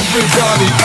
everybody